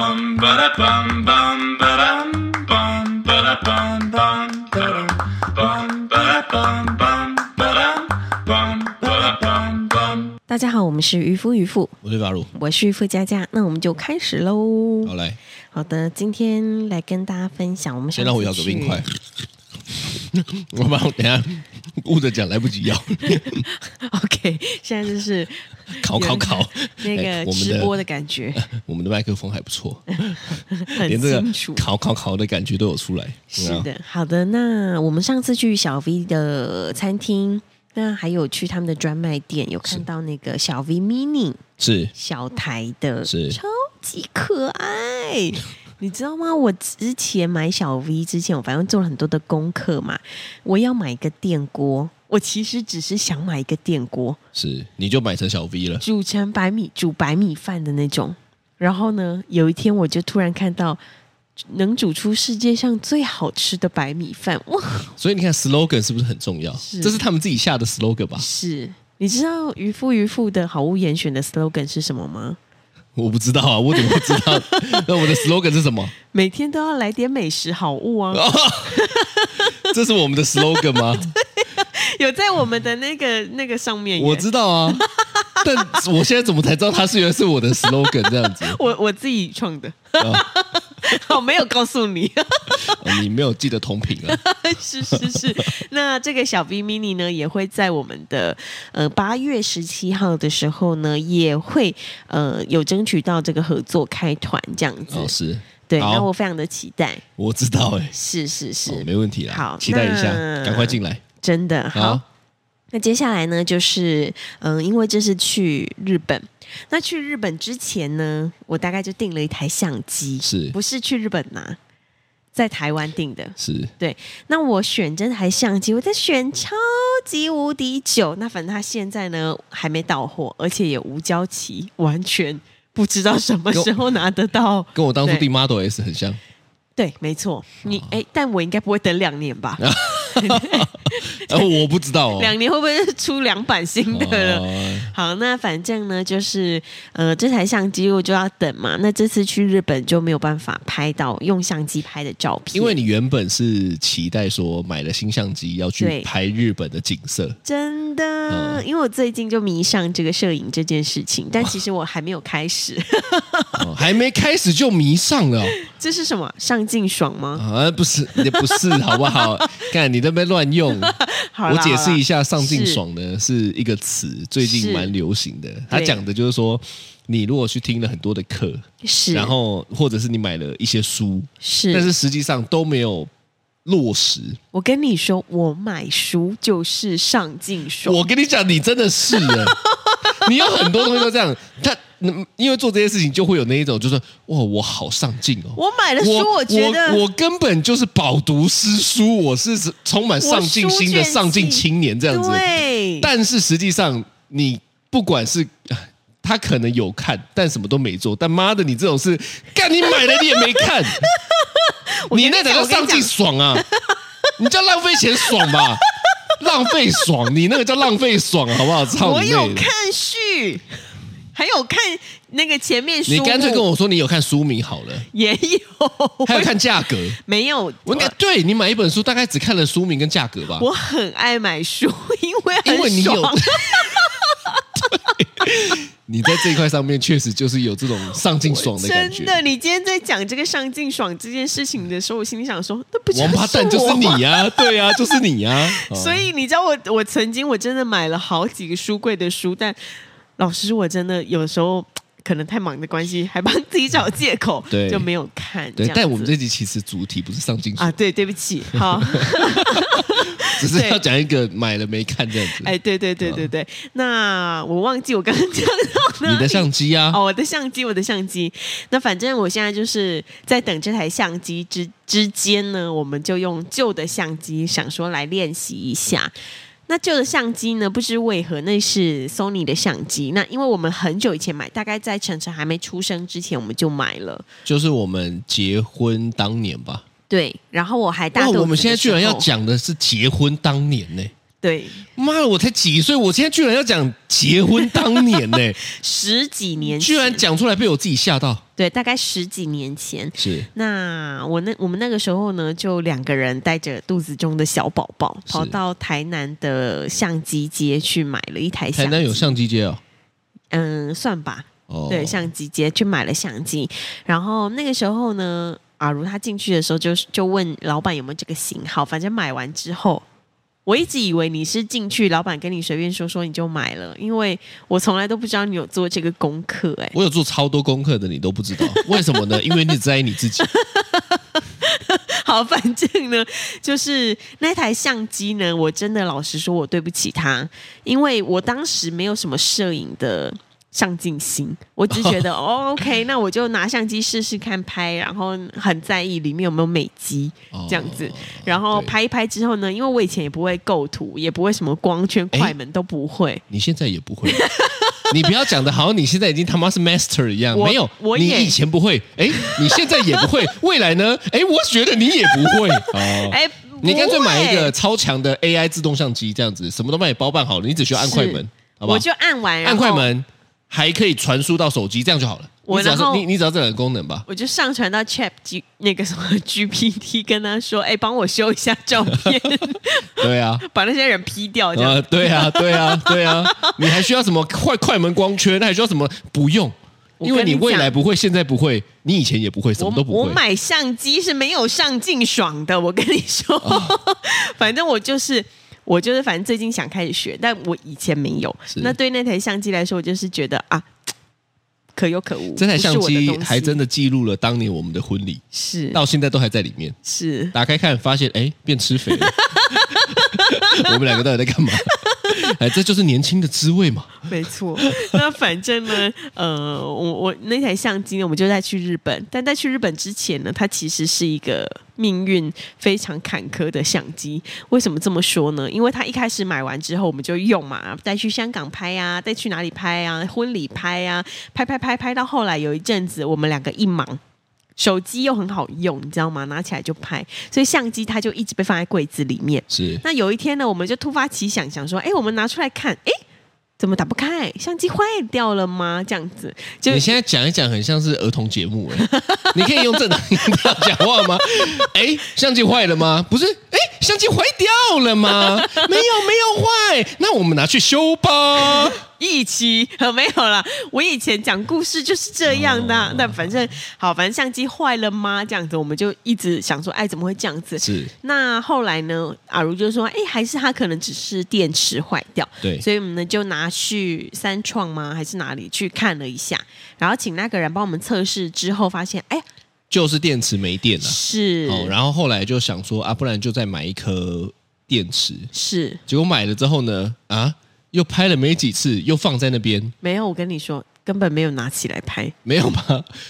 ba da bum bum ba dum bum ba da bum bum ba dum bum ba da bum bum ba dum bum ba da bum bum. 大家好，我们是渔夫渔妇，我是法鲁，我是渔夫佳佳，那我们就开始喽。好来，好的，今天来跟大家分享我们先让我咬个冰块。 我把我等一下顾着讲，来 不及咬， OK，现在就是烤烤烤。那哎个我们吃播的的感 觉，我们的麦克风还不错， 很连这清个楚。烤烤烤的感觉都有出来。是嗯啊，的，好的。那我们上次去小 V 的餐厅，那还有去他们的专卖店，有看到那个小 V mini 是小台的，是超级可爱。 你知道吗？我之前买小 V 之前，我反正做了很多的功课嘛。我要买一个电锅，我其实只是想买一个电锅，是，你就买成小 V 了，煮成白米煮白米饭的那种。然后呢，有一天我就突然看到能煮出世界上最好吃的白米饭，哇！所以你看 slogan 是不是很重要？是这是他们自己下的 slogan 吧？是，你知道渔夫渔妇的好物严选的 slogan 是什么吗？我不知道啊，我怎么会知道？ 那我的 slogan 是什么？每天都要来点美食好物啊！这是我们的 slogan 吗？ 有在我们的那个那个上面耶，我知道啊，但我现在怎么才知道它是原来是我的 slogan 这样子？我我自己创的，哦 我没有告诉你， 哦你没有记得同频啊？是是是。那这个小 B mini 呢，也会在我们的呃八月十七号的时候呢，也会呃有争取到这个合作开团这样子。哦，是，对，好那我非常的期待，我知道哎、是是是，哦，没问题啦，好期待一下那，赶快进来。啊真的好。那接下来呢，就是嗯，因为这是去日本，那去日本之前呢，我大概就订了一台相机，是不是去日本拿、在台湾订的。是那我选这台相机，我在选超级无敌久。那反正它现在呢还没到货，而且也无交期，完全不知道什么时候拿得到。跟我当初对订 Model S 很像，对，没哦错，你哎、但我应该不会等两年吧？呃，我不知道哦。 两年会不会是出两版新的了？哦好，那反正呢，就是呃，这台相机我就要等嘛。那这次去日本就没有办法拍到用相机拍的照片，因为你原本是期待说买了新相机要对去拍日本的景色，真的，嗯因为我最近就迷上这个摄影这件事情，但其实我还没有开始。 哦还没开始就迷上了哦、这是什么？上镜爽吗？啊！不是，也不 是，好不好？看你在那边乱用，好啦啊我解释一下，下，“上镜爽”呢是一个词，最近蛮流行的。它讲的就是说，你如果去听了很多的课，是，然后或者是你买了一些书，是，但是实际上都没有落实。我跟你说，我买书就是上镜爽，我跟你讲，你真的 是哎，你有很多东西都这样。他嗯因为做这些事情，就会有那一种，就是哇，我好上进哦。我买的书，我觉得我我根本就是饱读诗书，我是充满上进心我书卷的气上进青年这样子。对，但是实际上，你不管是唉他可能有看，但什么都没做。但妈的，你这种事，干你买了你也没看， 我跟你你那讲才叫上进爽啊！你叫浪费钱爽吧？浪费爽，你那个叫浪费爽，好不好？操我你有妹的！看序，还有看那个前面书目，你干脆跟我说你有看书名好了， 也有，还有看价格。没有？我那对你买一本书，大概只看了书名跟价格吧。我很爱买书，因为很因为你有 爽你在这一块上面确实就是有这种上进爽的感觉真。的，你今天在讲这个上进爽这件事情的时候，我心里想说，那不就是王八蛋就是我吗你呀、对呀、就是你呀、啊所以你知道我，我曾经我真的买了好几个书柜的书，但老师我真的有时候可能太忙的关系，还帮自己找借口， 对就没有看。对样，但我们子这集其实主题不是上进爽，啊，对，对不起， 好，只是对要讲一个买了没看这样子。哎，对对对对对，那我忘记我刚刚讲到哪你的里相机啊，哦，我的相机，我的相机。那反正我现在就是在等这台相机之之间呢，我们就用旧的相机想说来练习一下。那旧的相机呢，不知为何那是 Sony 的相机。那因为我们很久以前买，大概在晨晨还没出生之前我们就买了。就是我们结婚当年吧。对，然后我还大哇，肚子的时候我们现在居然要讲的是结婚当年呢、对，妈的，我才几岁，我现在居然要讲结婚当年 呢、十几年前，居然讲出来被我自己吓到。对，大概十几年前。是那我那我们那个时候呢，就两个人带着肚子中的小宝宝，是跑到台南的相机街去买了一台相台机。南有相机街哦，嗯，算吧，哦，对，相机街去买了相机。然后那个时候呢，阿如他进去的时候就就问老板有没有这个型号，反正买完之后。我一直以为你是进去，老板跟你随便说说你就买了，因为我从来都不知道你有做这个功课、哎，我有做超多功课的，你都不 知道，为什么呢？因为你在意你自己。 好，反正呢，就是那台相机呢，我真的老实说，我对不起他，因为我当时没有什么摄影的上进心，我只觉 得哦，OK，那我就拿相机试试看拍，然后很在意里面有没有美肌哦这样子，然后对拍一拍之后呢，因为我以前也不会构图，也不会什么光圈、哎快门都不会，你现在也不会。你不要讲的好像你现在已经他妈是 master 一样，我没有，我你也以前不会，哎，你现在也不 会，未来呢？哎，我觉得你也不会哦。哎、你干脆不会买一个超强的 AI 自动相机，这样子什么都帮你包办好了，你只需要按快门是，好不好？我就按完，然按后快。门，还可以传输到手机，这样就好了。我你只要然后是你你只要这两个功能吧。我就上传到 Chat G 那个什么 GPT，跟他说：“哎、帮我修一下照片，对啊，把那些人 P 掉。”这样、呃，对啊，对啊，对啊，你还需要什么快快门光圈？那还需要什么？不用，我因为跟你你未讲来不会，现在不会，你以前也不会，什么都不会。我。我买相机是没有上镜爽的，我跟你说，哦 反正我就是。我就是，反正最近想开始学，但我以前没有。是那对那台相机来说，我就是觉得啊，可有可无。这台相机还真的的记录了当年我们的婚礼，是到现在都还在里面。是打开看，发现哎，变吃 肥了。我们两个到底在干嘛？哎，这就是年轻的滋味嘛。没错。那反正呢，呃，我我那台相机呢，我们就在去日本。但在去日本之前呢，它其实是一个命运非常坎坷的相机。为什么这么说呢？因为它一开始买完之后，我们就用嘛，带去香港拍啊，带去哪里拍啊，婚礼拍啊，拍拍拍拍到后来有一阵子，我们两个一忙。手机又很好用，你知道吗？拿起来就拍，所以相机它就一直被放在柜子里面。是那有一天呢，我们就突发奇想，想说，哎，我们拿出来看，哎，怎么打不开？相机坏掉了吗？这样子，就你现在讲一讲，很像是儿童节目哎。 你可以用正常音调讲话吗？ 哎，相机坏了吗？不是，哎，相机坏掉了吗？ 没有，没有坏，那我们拿去修吧。一期呃没有啦，我以前讲故事就是这样的啊、哦那反正好，反正相机坏了吗？这样子，我们就一直想说，哎，怎么会这样子？是那后来呢，阿如就说，哎，还是他可能只是电池坏掉，对所以我们呢就拿去三创吗？还是哪里去看了一下，然后请那个人帮我们测试之后，发现，哎，就是电池没电了、是、哦，然后后来就想说啊，不然就再买一颗电池。是。结果买了之后呢，啊，又拍了没几次，又放在那边，没有，我跟你说，根本没有拿起来拍。没有吗？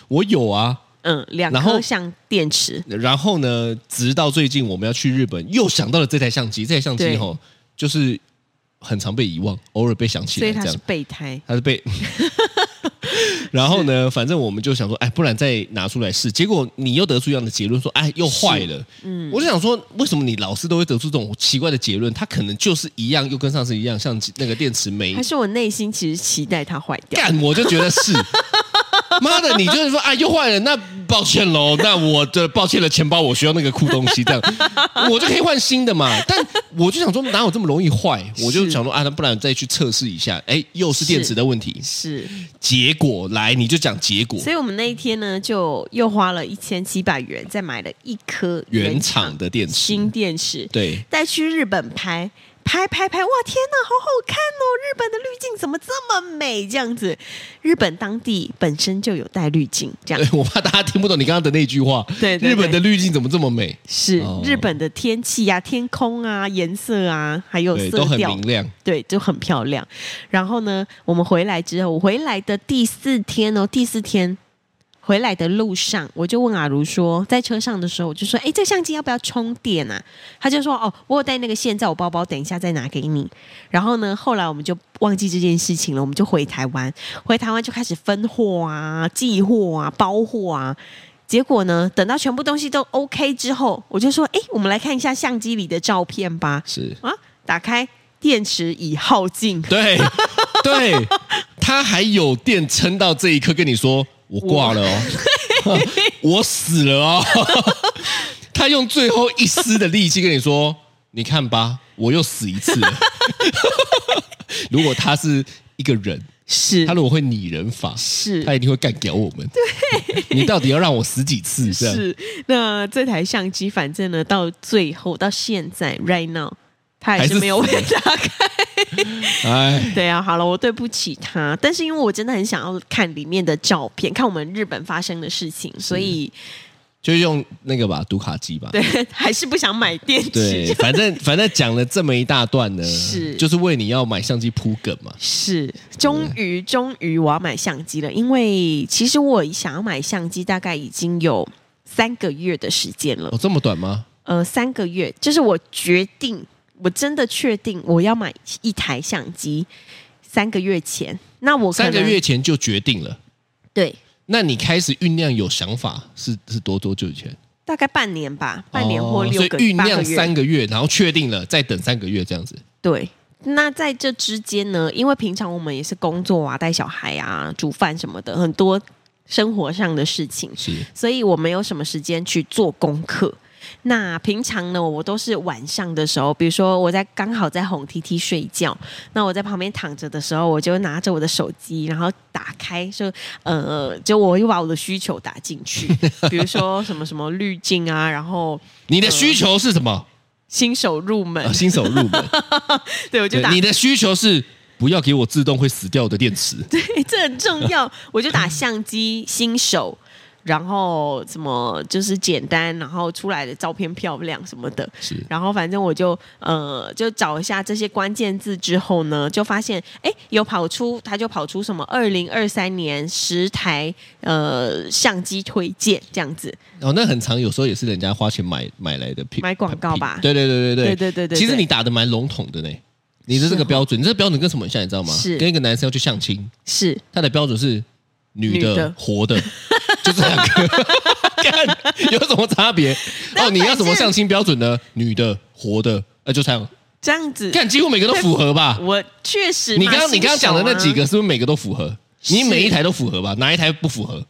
我有啊。嗯，两然后颗像电池，然后呢，直到最近我们要去日本，又想到了这台相机。这台相机对吼、就是很常被遗忘，偶尔被想起所来以这它样是。备胎。它 是被，然后呢，反正我们就想说，哎，不然再拿出来试。结果你又得出一样的结论，说，哎，又坏了。嗯，我就想说，为什么你老是都会得出这种奇怪的结论？它可能就是一样，又跟上次一样，像那个电池没还是我内心其实期待它坏掉。干，我就觉 得是。妈的，你就是说啊，又坏了，那抱歉喽，那我的抱歉了，钱包我需要那个酷东西，这样我就可以换新的嘛。但我就想说，哪有这么容易坏？我就想说啊，那不然再去测试一下，哎，又是电池的问题。是，结果来，你就讲结果，所以我们那一天呢，就又花了一千七百元，再买了一颗原厂的电池新，电池，对，再去日本拍。拍拍拍！哇，天哪，好好看哦！日本的滤镜怎么这么美？这样子，日本当地本身就有带滤镜，这 样对我怕大家听不懂你刚刚的那句话。对对对日本的滤镜怎么这么美？是、哦日本的天气啊、天空啊、颜色啊，还有对，色都很调明亮。对，就很漂亮。然后呢，我们回来之后，我回来的第四天哦，第四天回来的路上，我就问阿如说，在车上的时候，我就说，哎，这相机要不要充电啊？他就说，哦，我有带那个线在我包包，等一下再拿给你。然后呢，后来我们就忘记这件事情了，我们就回台湾，回台湾就开始分货啊、寄货啊、包货啊。结果呢，等到全部东西都 OK 之后，我就说，哎，我们来看一下相机里的照片吧。是啊，打开电池已耗尽，对 对，他还有电撑到这一刻跟你说我挂了哦， 我死了哦，他用最后一丝的力气跟你说，你看吧，我又死一次了。 如果他是一个人，是他如果会拟人法，是他一定会干掉我们。对，你到底要让我死几次？这样是，那这台相机，反正呢，到最后到现在 right now，它还还是是没有死被打开。哎，对啊，好了，我对不起他，但是因为我真的很想要看里面的照片，看我们日本发生的事情，所以就用那个吧，读卡机吧。对， 还是不想买电对池。，反正反正讲了这么一大段呢，是就是为你要买相机铺梗嘛。是，终于，终于我要买相机了，因为其实我想要买相机，大概已经有三个月的时间了哦，。这么短吗？呃，三个月，就是我决定，我真的确定我要买一台相机。三个月前，那我可三能个月前就决定了。对，那你开始酝酿有想法是是多多久以前？大概半年吧，半年或哦六所以个、酝八个酿月三个月，然后确定了，再等三个月这样子。对。那在这之间呢，因为平常我们也是工作啊、带小孩啊、煮饭什么的，很多生活上的事情，是所以我没有什么时间去做功课。那平常呢，我都是晚上的时候，比如说我在刚好在哄 T T 睡觉，那我在旁边躺着的时候，我就拿着我的手机，然后打开，就呃，就我又把我的需求打进去，比如说什么什么滤镜啊，然后你的需求是什么？ 新手入门，啊，新手入门，对我就 对打你的需求是不要给我自动会死掉的电池。 对，这很重要。 我就打相机新手，然后什么就是简单，然后出来的照片漂亮什么的。是然后反正我就呃就找一下这些关键字之后呢，就发现哎有跑出，它就跑出什么二零二三年十台呃相机推荐这样子。哦，那很长，有时候也是人家花钱买买来的品买广告吧品对对对对对对对对其实对你打的蛮笼统的呢，你的是这个哦标准，你这个标准跟什么很像，你知道吗？是跟一个男生要去相亲，是他的标准是女的、女的活的， 就这两个，干有什么 差别？但哦，你要什反么正相亲标准呢？女的、活的，呃，就这样，这样子。看几乎每个都符合 吧？我确实你嘛刚刚你刚刚讲的那几新手啊个是不是每个都符合？你是每一台都符合吧？哪一台不符合？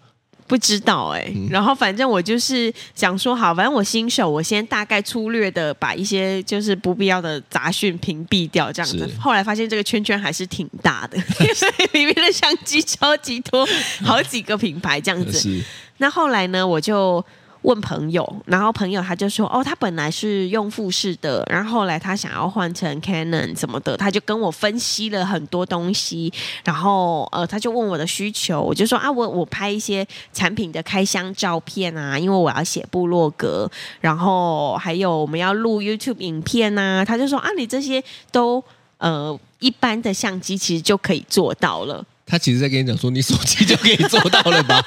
不知道哎、嗯然后反正我就是想说，好，反正我新手，我先大概粗略的把一些就是不必要的杂讯屏蔽掉，这样子是。后来发现这个圈圈还是挺大的， 所以里面的相机超级 多，好几个品牌这样子。是那后来呢，我就问朋友，然后朋友他就说，哦，他本来是用富士的，然后后来他想要换成 Canon 什么的，他就跟我分析了很多东西，然后呃，他就问我的需求，我就说啊，我我拍一些产品的开箱照片啊，因为我要写部落格，然后还有我们要录 YouTube 影片啊，他就说啊，你这些都呃一般的相机其实就可以做到了，他其实在跟你讲说，你手机就可以做到了吧？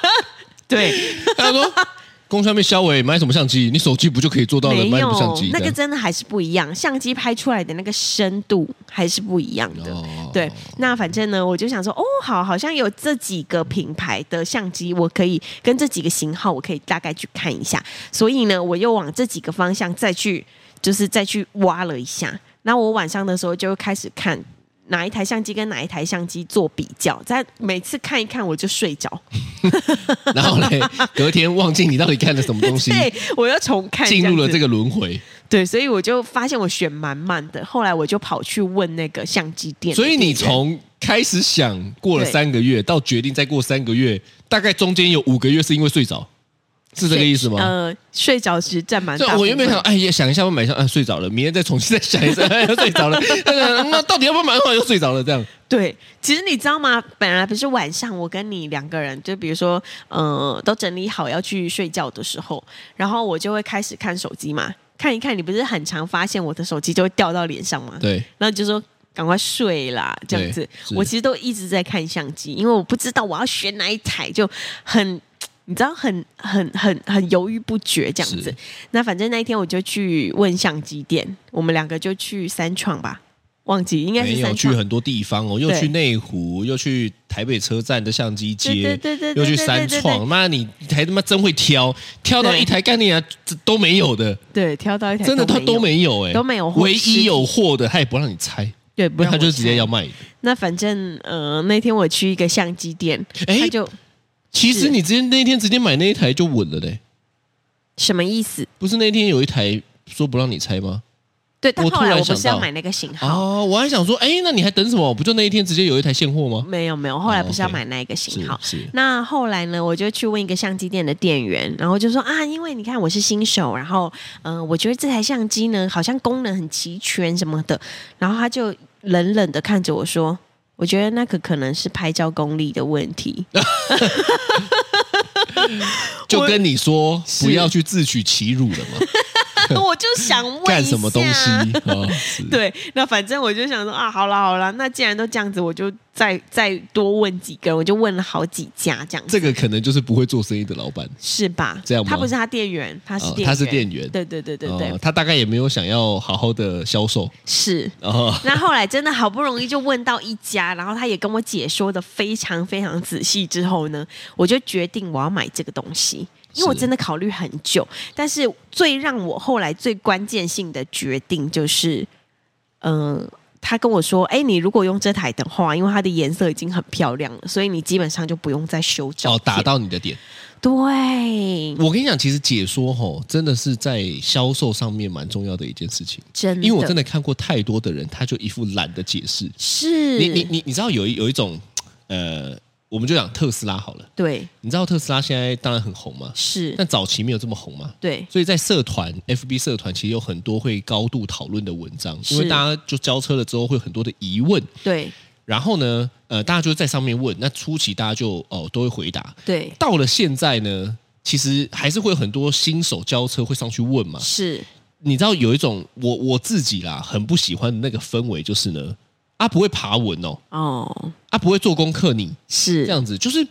对。他说，公上面肖伟买什么相机？你手机不就可以做到了？没买什有么相机？那这个样真的还是不一样，相机拍出来的那个深度还是不一样的。哦对，那反正呢，我就想说，哦，好，好像有这几个品牌的相机，我可以跟这几个型号，我可以大概去看一下。所以呢，我又往这几个方向再去，就是再去挖了一下。那我晚上的时候就开始看。哪一台相机跟哪一台相机做比较，在每次看一看我就睡着，然后嘞，隔天忘记你到底看了什么东西， 对我又重看，进入了这样子这个轮回。对，所以我就发现我选满满的，后来我就跑去问那个相机店的所店以员。你从开始想过了对三个月，到决定再过三个月，大概中间有五个月是因为睡着，是这个意思吗？呃，睡着时占满对呃大部，分。我原本想，哎，也想一下，我买一下，啊，睡着了，明天再重新再想一下，哎，又睡 着了，哎那到底要不要买？又睡着了，这样对，其实你知道吗？本来不是晚上我跟你两个人，就比如说，呃，都整理好要去睡觉的时候，然后我就会开始看手机嘛，看一看。你不是很常发现我的手机就会掉到脸上吗？对，然后你就说赶快睡啦，这样子对。是我其实都一直在看相机，因为我不知道我要选哪一台，就很。你知道很很很很犹豫不决这样子是，那反正那一天我就去问相机店，我们两个就去三创吧，忘记应该是没有三去创，很多地方哦，又对去内湖，又去台北车站的相机街，对对对对对又去三对对对创，妈你还他妈真会挑，挑到对一台概念啊这都没有的，对，挑到一台真的都他没有都没有哎，都没有货唯实体一有货的他也不让你拆，对，不不然让他就我直接拆要卖你。那反正呃，那天我去一个相机店，诶他就其实是你直接那天直接买那一台就稳了嘞，什么意思？不是那天有一台说不让你拆吗？对，但我后突来然我不想是要到买那个型号，哦，我还想说，哎，那你还等什么？不就那一天直接有一台现货吗？没有没有，后来哦不是要 OK 买那个型是号。是，那后来呢，我就去问一个相机店的店员，然后就说啊，因为你看我是新手，然后嗯、呃我觉得这台相机呢好像功能很齐全什么的，然后他就冷冷的看着我说，我觉得那个可能是拍照功力的问 题。 就跟你说不要去自取其辱了嘛，我就想问一下，干什么东西啊？是 对，那反正我就想说啊，好啦好啦，那既然都这样子，我就再 再多问几个人，我就问了好几家这样子，这个可能就是不会做生意的老板，是吧？这样吗他不是他店员，他是哦店员，他是店员对对对对对，哦他大概也没有想要好好的销售，哦是。然后那后来真的好不容易就问到一家，然后他也跟我解说的非常非常仔细之后呢，我就决定我要买这个东西，因为我是真的考虑很久。但是最让我后来最关键性的决定就是，嗯、他跟我说：“哎，你如果用这台的话，因为它的颜色已经很漂亮了，所以你基本上就不用再修照哦片。打到你的点。对，我跟你讲，其实解说吼，真的是在销售上面蛮重要的一件事情，真的，因为我真的的看过太多的人，他就一副懒得解释。是你你你你知道有一有一种呃，我们就讲特斯拉好了，对你知道特斯拉现在当然很红嘛，是但早期没有这么红嘛，对所以在社团 FB 社团其实有很多会高度讨论的文章，是因为大家就交车了之后会有很多的疑问，对然后呢，呃，大家就在上面问，那初期大家就哦都会回答，对到了现在呢，其实还是会有很多新手交车会上去问嘛，是你知道有一种我我自己啦很不喜欢的那个氛围就是呢，啊不会爬文哦，哦啊不会做功课你是这样子，就是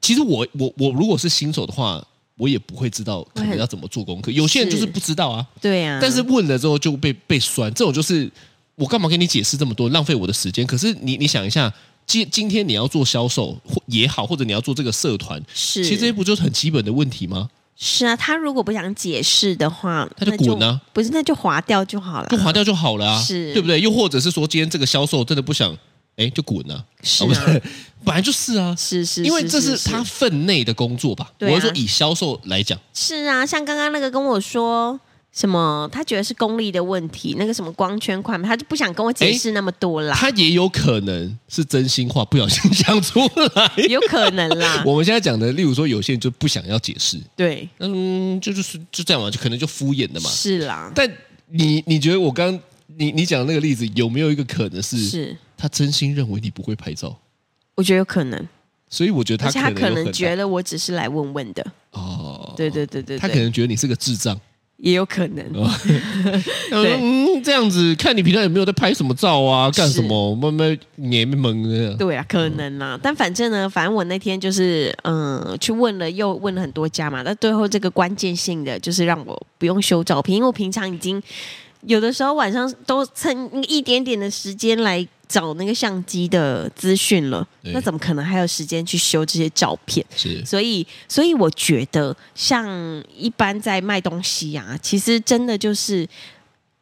其实我我我如果是新手的话。我也不会知道可能要怎么做功课，有些人就是是不知道啊。对啊，但是问了之后就被被酸，这种就是我干嘛跟你解释这么多，浪费我的时间。可是你你想一下，今今天你要做销售或也好，或者你要做这个社团，是其实这些不就是很基本的问题吗？是啊，他如果不想解释的话，他就那滚啊！不是，那就划掉就好了就。划掉就好了啊，是对不对？又或者是说，今天这个销售真的不想，哎，就滚啊！是啊不啊，是，本来就是啊。 是是，因为这是是他分内的工作吧，对啊我是说以销售来讲，是啊，像刚刚那个跟我说。什么？他觉得是功力的问题，那个什么光圈快门，他就不想跟我解释那么多啦，他也有可能是真心话不小心讲出 来。有可能啦。哎 我们现在讲的，例如说有些人就不想要解释，对，嗯，就就是就这样嘛，就可能就敷衍的嘛。是啦，但你你觉得我刚你你讲的那个例子有没有一个可能是是，他真心认为你不会拍照？我觉得有可能，所以我觉得而他且他可可能有能很觉大得我只是来问问的，哦，对对对对他可对，能觉得你是个智障。也有可能，他说嗯，这样子看你平常有没有在拍什么照啊，干什么，慢慢黏蒙的。对啊，嗯可能啦。但反正呢，反正我那天就是嗯，去问了又问了很多家嘛，但最后这个关键性的就是让我不用修照片，因为我平常已经有的时候晚上都趁一点点的时间来找那个相机的资讯了，对那怎么可能还有时间去修这些照片？是所以，所以我觉得，像一般在卖东西啊，其实真的就是，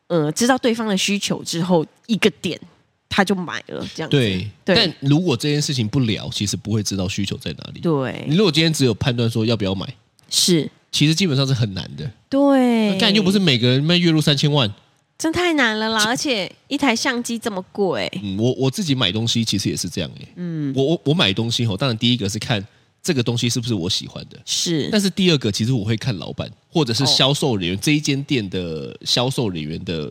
呃，知道对方的需求之后，一个点他就买了，这样子对，对但如果这件事情不聊，其实不会知道需求在哪里。你对，如果今天只有判断说要不要买，是，其实基本上是很难的。对，干又不是每个人卖月入三千万，真太难了啦，而且一台相机这么贵，嗯，我我自己买东西其实也是这样哎、嗯，我我我买东西吼，当然第一个是看这个东西是不是我喜欢的，是但是第二个其实我会看老板或哦者是销售人员、这一间店的销售人员的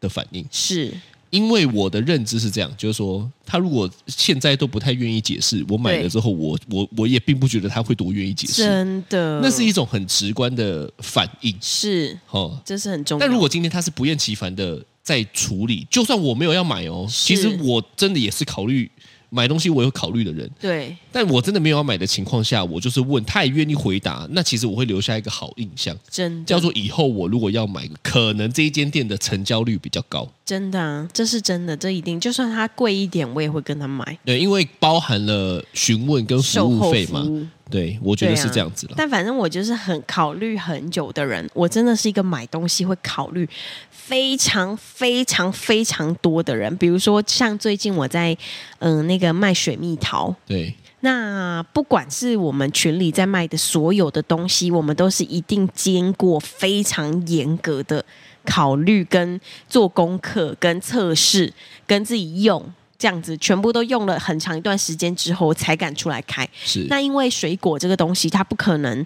的反应，是因为我的认知是这样，就是说他如果现在都不太愿意解释，我买了对之后，我我我也并不觉得他会多愿意解释，真的，那是一种很直观的反应是，哦。这是很重要。但如果今天他是不厌其烦的在处理，就算我没有要买哦，是其实我真的也是考虑买东西，我有考虑的人。对但我真的没有要买的情况下，我就是问，他也愿意回答，那其实我会留下一个好印象，真的叫做以后我如果要买，可能这一间店的成交率比较高。真的啊，这是真的，这一定，就算它贵一点，我也会跟他买。对，因为包含了询问跟服售务后费服嘛，务，对，我觉得对是啊这样子了。但反正我就是很考虑很久的人，我真的是一个买东西会考虑非常非常非常多的人。比如说，像最近我在嗯、呃那个卖水蜜桃，对，那不管是我们群里在卖的所有的东西，我们都是一定经过非常严格的考虑、跟做功课、跟测试、跟自己用。这样子全部都用了很长一段时间之后，才敢出来开。是，那因为水果这个东西，它不可能，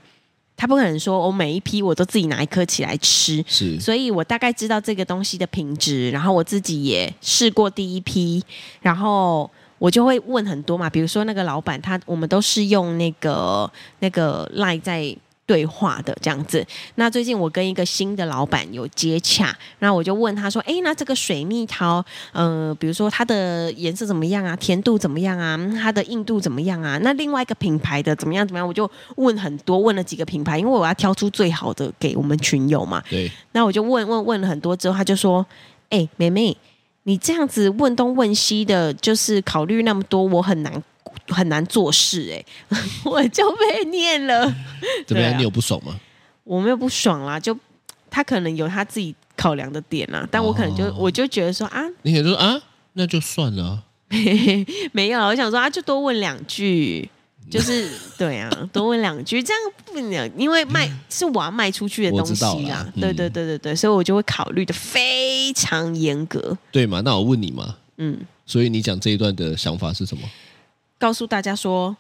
它不可能说我哦每一批我都自己拿一颗起来吃，是，所以我大概知道这个东西的品质，然后我自己也试过第一批，然后我就会问很多嘛，比如说那个老板他，我们都是用那个那个 line 在。对话的这样子，那最近我跟一个新的老板有接洽，那我就问他说：“诶，那这个水蜜桃，呃，比如说它的颜色怎么样啊，甜度怎么样啊，它的硬度怎么样啊？那另外一个品牌的怎么样怎么样？”我就问很多，问了几个品牌，因为我要挑出最好的给我们群友嘛。 对，那我就问问问了很多之后，他就说：“哎、妹妹，你这样子问东问西的，就是考虑那么多，我很难很难做事、哎， 我就被念了，怎么样？对啊你有不爽吗？我没有不爽啦，就他可能有他自己考量的点啦，但我可能就、哦我就觉得说啊，你可能说啊，那就算了啊，没有啊，我想说啊，就多问两 句。”就是对啊，多问两句，这样不能，因为卖是我要卖出去的我东知西道啦啦，嗯对对对对对，所以我就会考虑的非常严格，对嘛？那我问你嘛，嗯。所以你讲这一段的想法是什么？告诉大家说，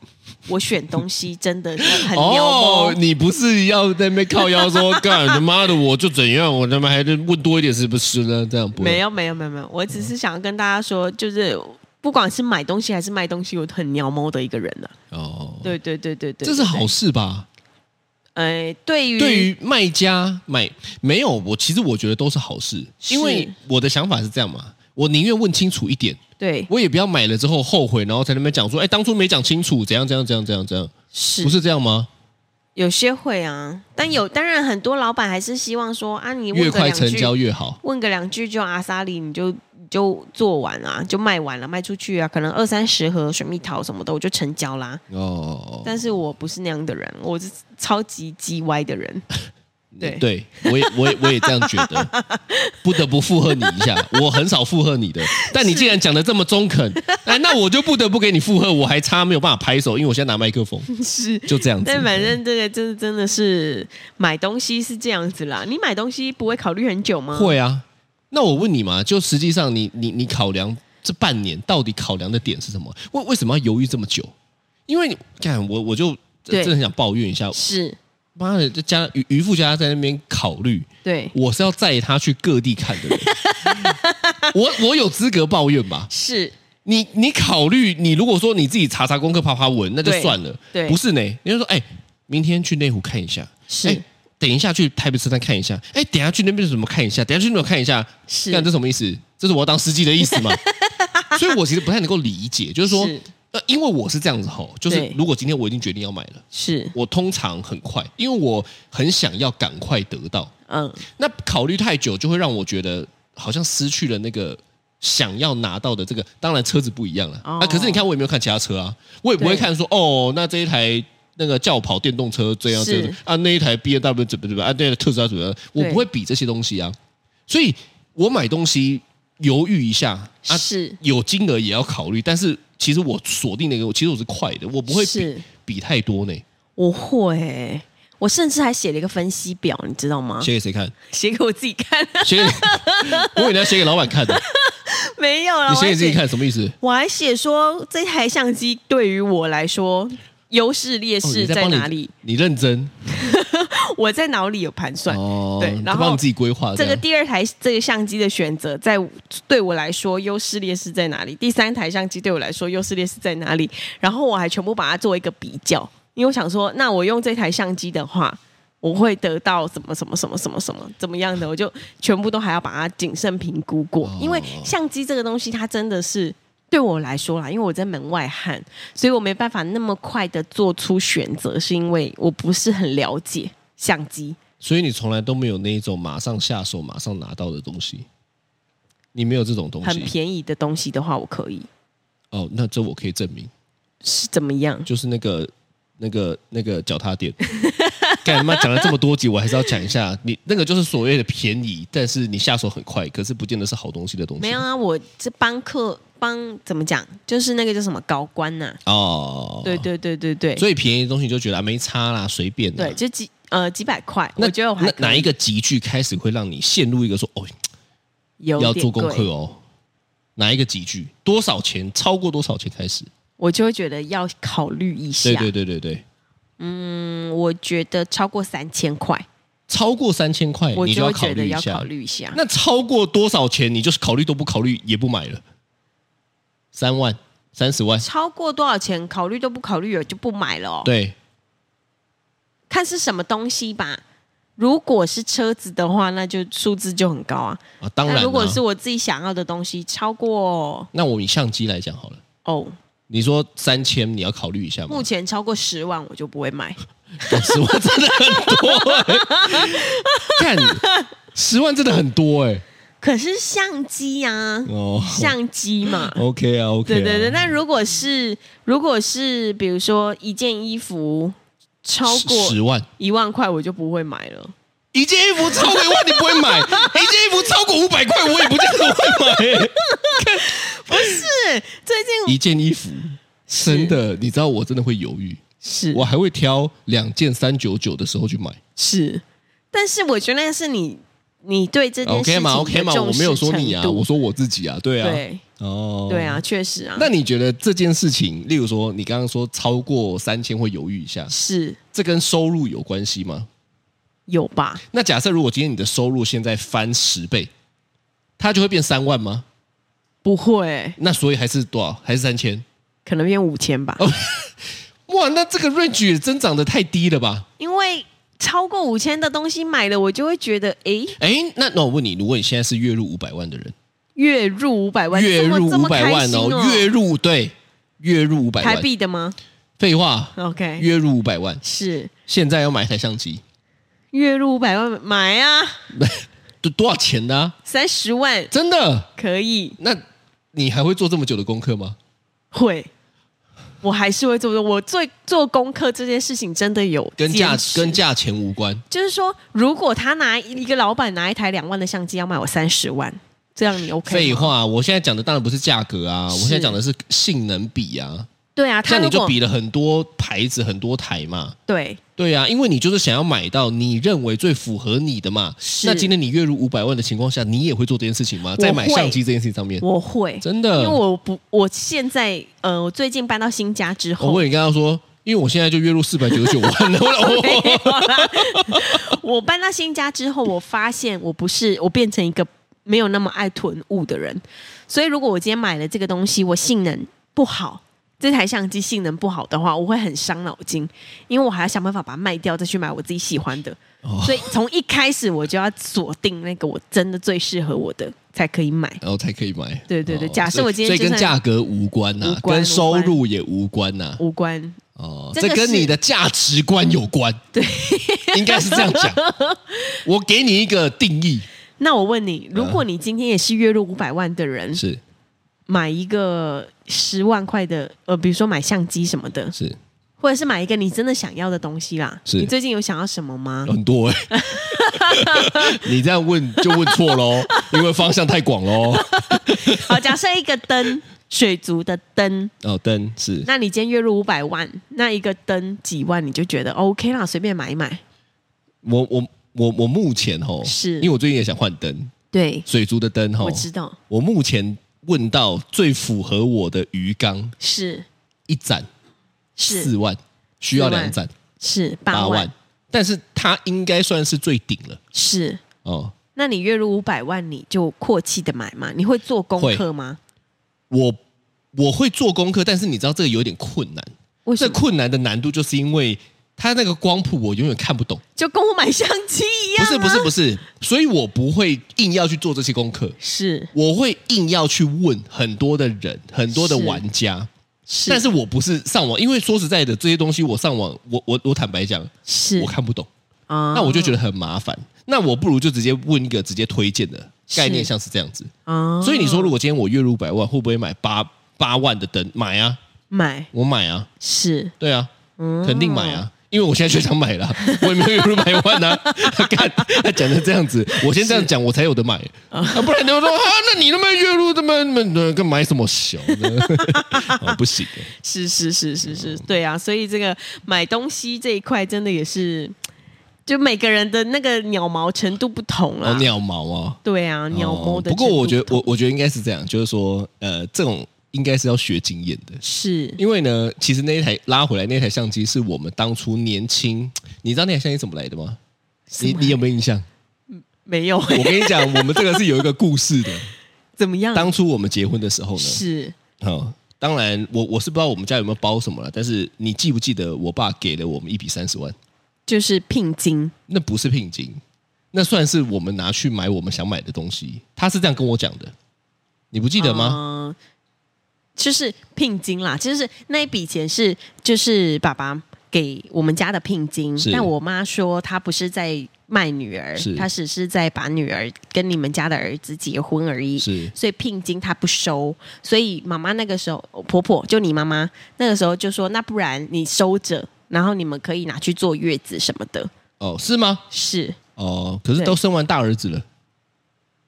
我选东西真的是很牛哦。你不是要在那边靠 腰说干他妈的我就怎样，我他妈还得问多一点是不是呢？这样不会没有没有没有没有，我只是想要跟大家说，就是不管是买东西还是卖东西，我都很鸟猫的一个人了、哦，对对对对对，这是对好。事吧？哎、对于对于卖家买没有，我其实我觉得都是好事，是因为我的想法是这样嘛，我宁愿问清楚一点，对我也不要买了之后后悔，然后在那边讲说，哎，当初没讲清楚，怎样怎样怎样怎样怎样，是不是这样吗？有些会啊，但有当然很多老板还是希望说啊，你问越个快两成句，交越好。问个两句就阿萨里，你就你就做完啊，就卖完了，卖出去啊，可能二三十盒水蜜桃什么的，我就成交啦。哦，但是我不是那样的人，我是超级叽歪的 人。对对，我也我也我也这样觉得， 不得不附和你一下。我很少附和你的，但你既然讲的这么中肯，哎，那我就不得不给你附和。我还差没有办法拍手，因为我现在拿麦克 风，是，就这样子。但反正这个真的真的是买东西是这样子啦。你买东西不会考虑很久吗？，会啊。那我问你嘛，就实际上你你你考量这半年到底考量的点是什么？为为什么要犹豫这么久？因为你看我我就对真的很想抱怨一下，是，妈的，这家渔渔夫家在那边考虑，对，我是要载他去各地看的人，我我有资格抱怨吧？是，你你考虑，你如果说你自己查查功课、爬爬文，那就对算了。对不是呢，你就说，哎，明天去内湖看一下，是哎等一下去台北车站看一下，哎，等一下去那边什么看一下，等一下去那边看一下，是干这什么意思？这是我要当司机的意思吗？ 所以我其实不太能够理解，就是说是，呃，因为我是这样子吼，就是对如果今天我已经决定要买了，是，我通常很快，因为我很想要赶快得到，嗯，那考虑太久，就会让我觉得好像失去了那个想要拿到的这个。当然车子不一样了、哦啊，可是你看我也没有看其他车啊，我也不会对看说哦，那这一台那个轿跑电动车这样是这样啊，那一台 B N W 怎么怎么啊，那个特斯拉怎么样，我对不会比这些东西啊。所以我买东西犹豫一下啊，是，有金额也要考虑，但是其实我锁定那个，其实我是快的，我不会比是，比太多呢。我会欸。我甚至还写了一个分析表，你知道吗？写给谁看？写给我自己看， 写给我以为你要写给老板看的，没有啦，我你写还给自己看什么意思？我还写说这台相机对于我来说优势劣哦势你在在帮你哪里？你认真我在脑里有盘算。哦，对然后就帮你自己规划这个样第二台这个相机的选择，在对我来说优势劣势在哪里？第三台相机对我来说优势劣势在哪里？然后我还全部把它做一个比较，因为我想说，那我用这台相机的话，我会得到什么什么什么什么什么怎么样的？我就全部都还要把它谨慎评估过，因为相机这个东西它真的是。对我来说啦，因为我在门外汉，所以我没办法那么快的做出选择，是因为我不是很了解相机。所以你从来都没有那一种马上下手、马上拿到的东西，你没有这种东很西。便宜的东西的话，我可以哦，那这我可以证明，是怎么样？就是那个、那个、那个脚踏垫。 干嘛讲了这么多集，我还是要讲一下，你那个就是所谓的便宜，但是你下手很快，可是不见得是好东西的东西。没有啊，我这帮客帮怎么讲，就是那个叫什么高官呐、哦，对对对对对，所以便宜的东西你就觉得、啊、没差啦，随便啦。对就几呃几百块，那我觉得我还那可以哪一个集句开始会让你陷入一个说哦有要点做功贵课哦？哪一个集句多少钱？超过多少钱开始？我就会觉得要考虑一下。对对对对对，嗯，我觉得超过三千块，超过三千块我你就要会考觉得虑一要下考。虑一下。那超过多少钱你就是考虑都不考虑也不买了？三万、三十万，超过多少钱考虑都不考虑了，就不买了、哦。，对，看是什么东西吧。如果是车子的话，那就数字就很高啊。啊，当然、那啊。如果是我自己想要的东西，超过那我以相机来讲好了，哦，你说三千你要考虑一下吗目？前超过十万我就不会买。 十万真的很 多、欸，看十万真的很多哎、可是相机啊，哦相机嘛， ，OK 啊，OK，啊对对对。那如果是如果是比如说一件衣服超过十万，一万块，我就不会买了。一件衣服超过一万你不会 买，一件衣服超过五百块我也不见得会买。是最近一件衣服真的，你知道我真的会犹豫，是我还会挑两件三九九的时候去买。是，但是我觉得那是你你对这件事 OK 情嘛，OK 的嘛，重我视没有说你啊，程度我说我自己啊，对啊，对哦，对。啊，确实啊，那你觉得这件事情，例如说你刚刚说超过三千会犹豫一下，是这跟收入有关系吗？有吧？那假设如果今天你的收入现在翻十倍，它就会变三万吗？不会、那所以还是多少？还是三千？可能变五千哦吧，哇，那这个 range 也增长的太低了吧？因为超过五千的东西买了，我就会觉得诶，哎，那那我问你，如果你现在是月入五百万的人，月入五百万，月入这五么这么百开万心哦，哦，月入对，月入五百台万，币的吗废话， ？OK，月入五百万，是现在要买一台相机，月入五百万买啊，多多少钱呢、啊？三十万真的？可以那你还会做这么久的功课吗？会。我还是会做，我做做功课这件事情真的有跟价坚持跟价钱无关，就是说，如果他拿一个老板拿一台两万的相机要卖我三十万，这样你 OK 吗废，话，我现在讲的当然不是价格啊，我是现在讲的是性能比啊，对啊，这他样你如就果比了很多牌子、很多台嘛。对对啊，因为你就是想要买到你认为最符合你的嘛。是那今天你月入五百万的情况下，你也会做这件事情吗？会在买相机这件事情上面，我会，真因的。为我我不，我现在呃，我最近搬到新家之后，问你刚刚说，因为我现在就月入四百九十九万了，我没有啦 我搬到新家之后，我发现我不是，我变成一个没有那么爱囤物的人。所以，如果我今天买了这个东西，我性能不好，这台相机性能不好的话，我会很伤脑筋，因为我还要想办法把它卖掉，再去买我自己喜欢的。哦所以，从一开始我就要锁定那个我真的最适合我的，才可以买。然后才可以买。对对对哦假设我今天所以就所以算跟价格无关呐无，关跟收入也无关呐。无关，哦，真的这是跟你的价值观有关。对，应该是这样讲。我给你一个定义，那我问你，如嗯果你今天也是月入五百万的人，是买一个十万块的，呃，比如说买相机什么的，是或者是买一个你真的想要的东西啦。是你最近有想要什么吗？很多哎、 你这样问就问错喽，因为方向太广喽。好，假设一个 灯，水族的灯，哦，灯是那你今天月入五百万，那一个灯几万，你就觉得 OK 啦，随便买一买。我我我我目前吼，是因为我最近也想换灯，对，水族的灯吼，我知道，我目前问到最符合我的鱼缸是一盏是四万，需要四万两盏是八八万，但是它应该算是最顶了是。哦。那你月入五百万，你就阔气的买吗？你会做功课吗？我我会做功课，但是你知道这个有点困难。为这什么？困难的难度就是因为它那个光谱我永远看不懂。就跟我买相机一不样、啊。是不是不是，所以我不会硬要去做这些功课，是我会硬要去问很多的人、很多的是玩家。是，但是我不是上网，因为说实在的，这些东西我上网，我我我坦白讲，是我看不懂，啊那我就觉得很麻烦。那我不如就直接问一个直接推荐的是概念，像是这样子。啊所以你说，如果今天我月入百万，会不会买八八万的灯？买啊，买我买啊，是对啊，肯定买啊。因为我现在就想买了，我也没有月入百万呐、啊。 看他讲成这样子，我先这样讲，我才有的买啊，不然你们说啊，那你那么月入这么那么干买什么小 的？啊，不行，是是是是嗯是，对啊，所以这个买东西这一块真的也是，就每个人的那个鸟毛程度不同哦啦，。鸟毛啊，对啊， 鸟毛哦的程度不同、过我觉得我我觉得应该是这样，就是说呃，这种应该是要学经验的。是因为呢，其实那一台拉回来那台相机是我们当初年轻，你知道那台相机怎么来的吗？什你么你有没有印象？没有、我跟你讲，我们这个是有一个故事的。怎么样？当初我们结婚的时候嗯呢，是哦，当然我我是不知道我们家有没有包什么了，但是你记不记得我爸给了我们一笔三十万？就是聘金那不是聘金，那算是我们拿去买我们想买的东西。他是这样跟我讲的，你不记得吗？嗯就是聘金啦，就是那一笔钱是就是爸爸给我们家的聘金是，但我妈说她不是在卖女儿是，她只是在把女儿跟你们家的儿子结婚而已。是所以聘金她不收，所以妈妈那个时候，婆婆就你妈妈那个时候就说，那不然你收着，然后你们可以拿去坐月子什么的，哦，是吗？是哦，可是对都生完大儿子了，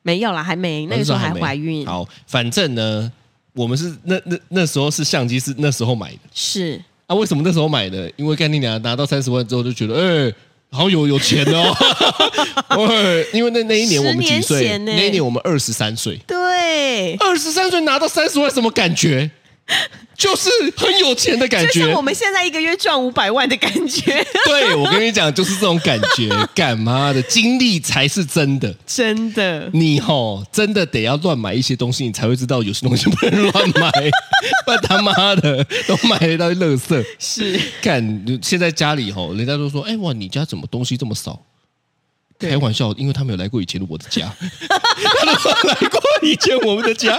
没有啦，还没哦那个时候还没怀孕，好，反正呢，我们是那那那时候是相机是那时候买的是啊。为什么那时候买的？因为干你娘拿到三十万之后就觉得，哎、好有有钱哦！ 哎，因为那那一年我们几十岁？年前呢那一年我们二十三岁，对，二十三岁拿到三十万什么感觉？就是很有钱的感就觉像我。们现在一个月赚五百万的感 觉，对，我跟你讲，就是这种感 觉。干妈的经历才是真的，真的你吼真的得要乱买一些东西，你才会知道有些东西不能乱买， 不然他妈的都买了一堆垃圾。是 看现在家里吼，人家都说，哎哇，你家怎么东西这么少？对开玩笑，因为他没有来过以前的我的家， 他没有来过以前我们的家，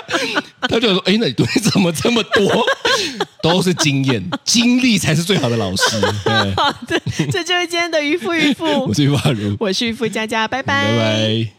他就说：“哎，那你东西怎么这么多？ 都是经验，经历才是最好的老师。哎好的，这就是今天的渔夫渔” 我夫，是于发如，我是渔夫佳佳，拜拜拜。